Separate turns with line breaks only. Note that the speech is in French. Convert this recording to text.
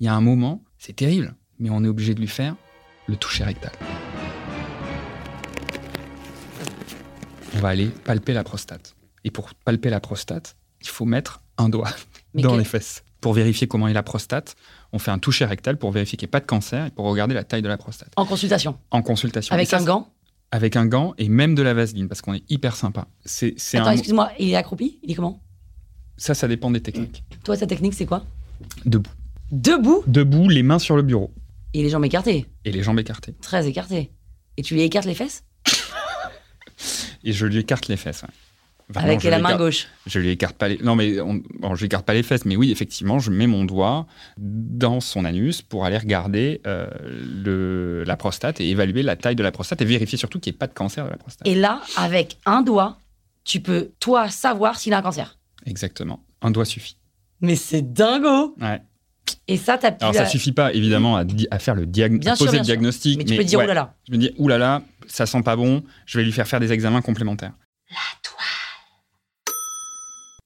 il y a un moment, c'est terrible, mais on est obligé de lui faire le toucher rectal. On va aller palper la prostate. Et pour palper la prostate, il faut mettre un doigt
Mais
dans
quel-
les fesses. Pour vérifier comment est la prostate, on fait un toucher rectal pour vérifier qu'il n'y ait pas de cancer et pour regarder la taille de la prostate.
En consultation,
En consultation. Et
avec
ça,
un gant.
Avec un gant et même de la vaseline parce qu'on est hyper sympa. C'est c'est
Attends,
un...
excuse-moi, il est accroupi Il est comment
Ça, ça dépend des techniques.
Toi, ta technique, c'est quoi
Debout.
Debout
Debout, les mains sur le bureau
et les jambes écartées,
et les jambes écartées.
très écartées. Et tu lui écartes les fesses
Et je lui écarte les fesses. ouais. Vraiment,
avec
je
la
lui
main
écarte-
gauche.
Je lui écarte pas les. Non, mais on... bon, je lui écarte pas les fesses, mais oui, effectivement, je mets mon doigt dans son anus pour aller regarder euh, le... la prostate et évaluer la taille de la prostate et vérifier surtout qu'il n'y ait pas de cancer de la prostate.
Et là, avec un doigt, tu peux, toi, savoir s'il a un cancer.
Exactement. Un doigt suffit.
Mais c'est dingo
Ouais.
Et ça, t'as pu...
Alors, ça suffit pas, évidemment, à, di- à faire le diag-
Bien
à
sûr,
poser
bien
le
sûr.
diagnostic.
Mais tu peux dire, oh
ouais,
oulala.
Je me dis, oulala, ça sent pas bon, je vais lui faire faire des examens complémentaires.